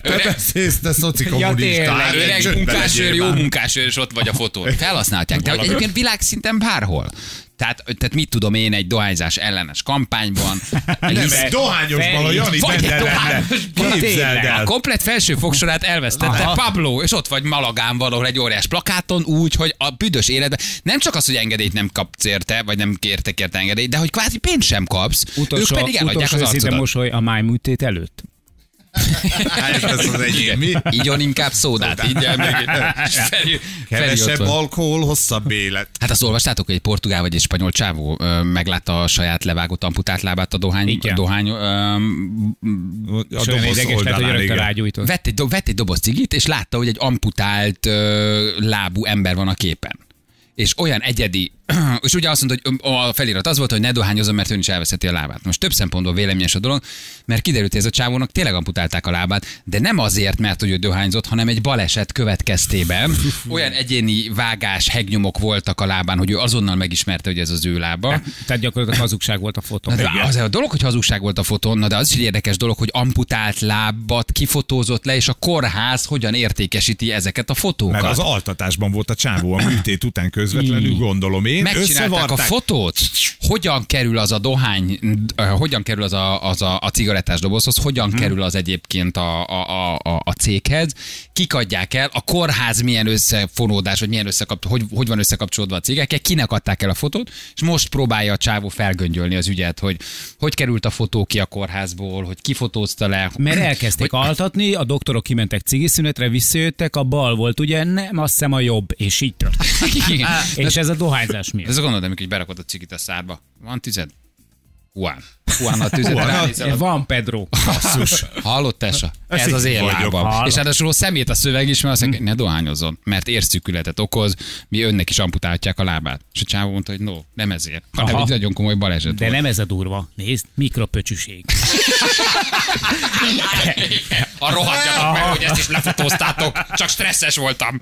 S3: Te beszélsz, te szoci
S2: Ja,
S3: kommunista.
S2: tényleg.
S3: Hát,
S1: Öreg
S3: csöndbe
S1: munkásőr,
S3: legyél
S1: jó
S3: már.
S1: munkásőr, és ott vagy a fotón. Felhasználták. De hogy egyébként világszinten bárhol. Tehát, tehát mit tudom én egy dohányzás ellenes kampányban, egy
S3: Nem,
S1: hisz-
S3: egy dohányosban a
S2: Feri.
S3: Jani
S1: Vagy egy
S3: benne lenne.
S1: dohányosban.
S3: Képzeld
S1: A
S3: el.
S1: komplet felső fogsorát elvesztette Aha. Pablo, és ott vagy Malagán valahol egy óriás plakáton, úgy, hogy a büdös életben nem csak az, hogy engedélyt nem kapsz érte, vagy nem kértek érte engedélyt, de hogy kvázi pénzt sem kapsz,
S2: Utolsó,
S1: ők pedig eladják
S2: utolsó
S1: az
S2: szinte
S1: arcodat. [laughs] Most...
S2: mosoly a májműtét előtt.
S3: Hát ez az egyik. Mi?
S1: Igyon inkább szódát, Hát így el meg.
S3: [laughs]
S1: Feri- Feri ott
S3: Kevesebb
S1: van.
S3: alkohol, hosszabb élet.
S1: Hát azt olvastátok, hogy egy portugál vagy egy spanyol csávó ö, meglátta a saját levágott amputált lábát a dohány,
S2: Igen.
S1: dohány ö,
S3: A
S2: És olyan ideges lett, hogy rögtön rágyújtott.
S1: vett egy, do- vett egy doboz cigit, és látta, hogy egy amputált ö, lábú ember van a képen. És olyan egyedi, [clears throat] és ugye azt mondta, hogy ö, a felirat az volt, hogy ne dohányozom, mert ön is elveszheti a lábát. Most több szempontból véleményes a dolog, mert kiderült, hogy ez a csávónak tényleg amputálták a lábát, de nem azért, mert hogy ő dohányzott, hanem egy baleset következtében olyan egyéni vágás, hegnyomok voltak a lábán, hogy ő azonnal megismerte, hogy ez az ő lába.
S2: Tehát gyakorlatilag hazugság volt a fotó.
S1: Na, de az a dolog, hogy hazugság volt a fotón, na de az is egy érdekes dolog, hogy amputált lábat kifotózott le, és a kórház hogyan értékesíti ezeket a fotókat.
S3: Mert az altatásban volt a csávó a műtét után közvetlenül, gondolom én.
S1: Megcsinálták a
S3: Összevarták.
S1: fotót? Hogyan kerül az a dohány, ö, hogyan kerül az a, az a, a cigarettás dobozhoz, hogyan hmm. kerül az egyébként a, a, a, a- a céghez, kik adják el, a kórház milyen összefonódás, vagy milyen összekap, hogy, hogy van összekapcsolódva a cégekkel, kinek adták el a fotót, és most próbálja a csávó felgöngyölni az ügyet, hogy hogy került a fotó ki a kórházból, hogy ki fotózta le.
S2: Mert elkezdték altatni, a doktorok kimentek cigiszünetre, visszajöttek, a bal volt, ugye nem, azt hiszem a jobb, és így tört.
S1: [laughs] Igen.
S2: És ez a dohányzás miatt.
S1: Ez a gondolod, amikor így berakod a cigit a szárba. Van tüzed? Juan. Juan a tüzet.
S3: Juan.
S1: ránézel a
S2: Van Pedro.
S3: Basszus.
S1: Hallott, tesa? Ez az én
S3: vagyok.
S1: lábam.
S2: Hallom.
S1: És ráadásul a szemét a szöveg is, mert azt mondja, ne dohányozzon, mert érszükületet okoz, mi önnek is amputáltják a lábát. És a csávó mondta, hogy no, nem ezért, hanem
S2: Aha.
S1: egy nagyon komoly baleset
S2: De
S1: volt.
S2: nem ez a durva. Nézd, mikropöcsűség.
S1: A rohadjatok meg, hogy ezt is lefotóztátok, csak stresszes voltam.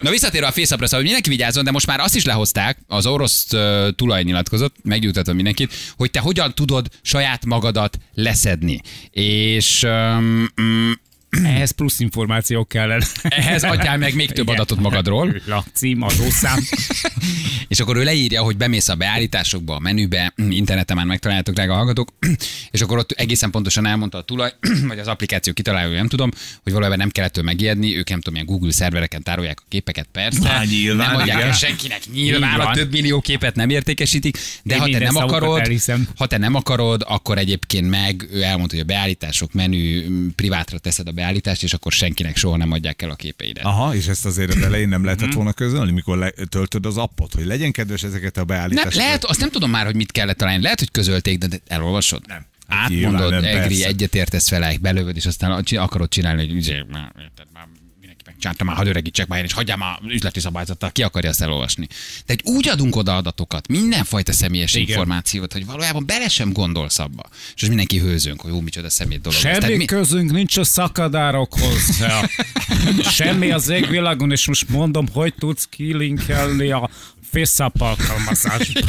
S1: Na visszatérve a fészapra, szóval hogy mindenki vigyázzon, de most már azt is lehozták, az orosz uh, tulajnyilatkozott, megnyugtatom mindenkit, hogy te hogyan tudod saját magadat leszedni. És um, mm,
S2: Ehhez plusz információk kellene.
S1: ehhez adjál meg még több
S2: Igen.
S1: adatot magadról.
S2: Lakcím, adószám.
S1: És akkor ő leírja, hogy bemész a beállításokba, a menübe, interneten már megtaláljátok drága hallgatók, és akkor ott egészen pontosan elmondta a tulaj, [clears throat] vagy az applikáció kitalálója, nem tudom, hogy valójában nem kellett tőle megijedni, ők nem tudom, ilyen Google szervereken tárolják a képeket, persze.
S3: Á, nyilván,
S1: nem adják
S3: igen.
S1: el senkinek, nyilván
S2: Így
S1: a
S2: van.
S1: több millió képet nem értékesítik, de
S2: Én
S1: ha te
S2: minden
S1: nem
S2: szavukat
S1: akarod,
S2: elhiszem.
S1: ha te nem akarod, akkor egyébként meg ő elmondta, hogy a beállítások menü m, privátra teszed a beállítást, és akkor senkinek soha nem adják el a képeidet.
S3: Aha, és ezt azért az elején nem lehetett
S1: Mhm.
S3: volna közölni, mikor le- töltöd az appot, hogy legyen kedves ezeket a
S1: Nem,
S3: beállításokat.
S1: lehet, azt nem tudom már, hogy mit kellett találni. Lehet, hogy közölték, de de elolvasod.
S3: Nem.
S1: Átmondod,
S3: Nyilván
S1: nem,
S3: nem,
S1: egri,
S3: persze.
S1: egyetértesz vele, belövöd, és aztán csi- akarod csinálni, hogy ugye, már, izé, érted, már mindenki csináltam már, hadd öregítsek már én, és hagyjál már üzleti szabályzattal, ki akarja ezt elolvasni. De egy úgy adunk oda adatokat, mindenfajta személyes
S2: Igen.
S1: Igen. információt, hogy valójában bele sem gondolsz abba. És most mindenki hőzünk, hogy jó, micsoda szemét dolog. ez. Tehát
S2: Semmi mi...
S1: mi-
S2: közünk nincs a szakadárokhoz. Ja. Semmi az égvilágon, és most mondom, hogy tudsz kilinkelni a FaceApp alkalmazást.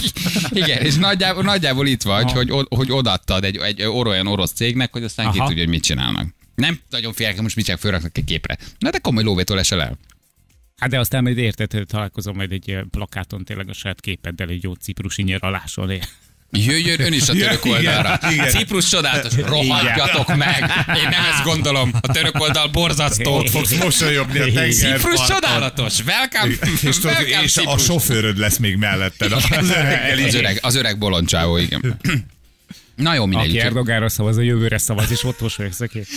S1: Igen, és nagyjából, nagyjából itt vagy, hogy, o- hogy odaadtad egy, egy or- olyan orosz cégnek, hogy aztán ki
S2: Aha.
S1: tudja, hogy mit csinálnak. Nem nagyon félek, most mit csak fölraknak egy képre. Na de komoly lóvétól esel el.
S2: Hát de aztán majd érted, hogy találkozom majd egy ö, plakáton tényleg a saját képeddel egy jó ciprusi nyaraláson.
S1: Jöjjön ön is a török
S3: Ja, igen,
S1: oldalra.
S3: igen.
S1: Ciprus csodálatos, rohadjatok meg. Én nem ezt gondolom. A török oldal borzasztó.
S3: Ott fogsz mosolyogni a tenger.
S1: Ciprus csodálatos. Welcome,
S3: És, tudod,
S1: welcome
S3: és a
S1: Ciprus.
S3: sofőröd lesz még melletted. [laughs] Az öreggel
S1: az
S3: így.
S1: öreg, az öreg bolondcsávó, igen. Na jó, mindegy.
S2: Aki
S1: úgyhogy-
S2: Erdogára szavaz, a jövőre szavaz, és ott mosolyogsz aki.
S1: [laughs]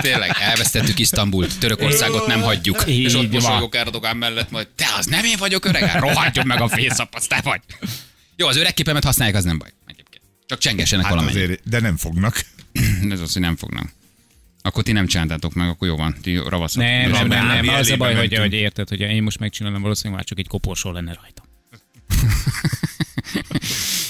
S1: Tényleg, elvesztettük Isztambult, Törökországot nem hagyjuk.
S2: Így
S1: és ott
S2: van.
S1: mosolygok Erdogán mellett, majd te az nem én vagyok öreg, Hát rohadjon meg a fészap, az te vagy. Jó, az öreg képemet használják, az nem baj. Egyébként. Csak csengessenek hát
S3: Hát
S1: valamennyit.
S3: azért, de nem fognak.
S1: Ez az, hogy nem fognak. Akkor ti nem csináltátok meg, akkor jó van, ti ravaszok.
S2: Nem,
S1: És
S2: nem,
S1: akkor
S2: nem, nem,
S3: mi
S2: az a
S3: elébe
S2: baj, hogy,
S3: mentünk.
S2: hogy érted, hogy én most megcsinálom, valószínűleg már csak egy koporsó lenne rajta.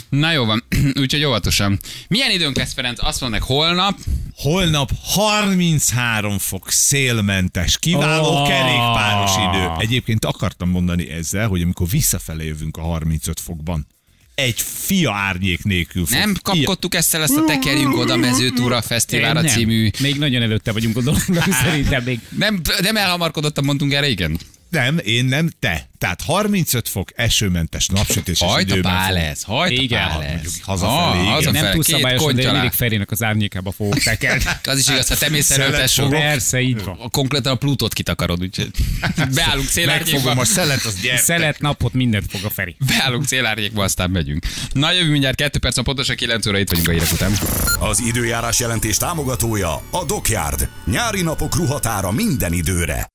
S1: Na jó van, [clears throat] úgyhogy óvatosan. Milyen időnk lesz, Ferenc? Azt mondnak, holnap
S3: Holnap 33 fok szélmentes, kiváló
S2: Ó.
S3: oh. kerékpáros idő. Egyébként akartam mondani ezzel, hogy amikor visszafele jövünk a 35 fokban, egy fia árnyék nélkül fog.
S1: nem kapkodtuk ezt el, ezt a Tekerjünk Oda Mezőtúra Fesztiválra
S2: nem.
S1: című.
S2: Még nagyon előtte vagyunk a dolognak, szerintem még.
S1: Nem, nem elhamarkodottan mondtunk erre, igen?
S3: Nem, én nem, te. Tehát 35 fok, esőmentes, napsütéses
S1: Hajt a
S3: időben
S1: pá
S3: fog.
S1: lesz, hajt a
S2: Igen.
S1: pá lesz.
S3: Mondjuk hazafelé, igen.
S1: hazafelé,
S2: Nem
S1: Szóval két
S2: túl szabályosan, de én
S1: kontyalá.
S2: mindig Hát, Ferének az árnyékába fogok tekerni.
S1: Az is igaz, ha te mész elő,
S3: Szelet
S1: tesó,
S3: fogok.
S2: Persze, így van.
S1: a- konkrétan a Plutót kitakarod,
S2: [laughs]
S1: úgyhogy beállunk
S3: Megfogom
S1: [laughs] célárnyékba,
S3: a szelet, az gyertek.
S2: Szelet napot mindent fog a Feri.
S1: beállunk célárnyékba, aztán megyünk. Na jövő mindjárt kettő perc, a pontosan 9 óra itt vagyunk a hírek után.
S5: Az időjárás jelentés támogatója a Dokyard. Nyári napok ruhatára minden időre.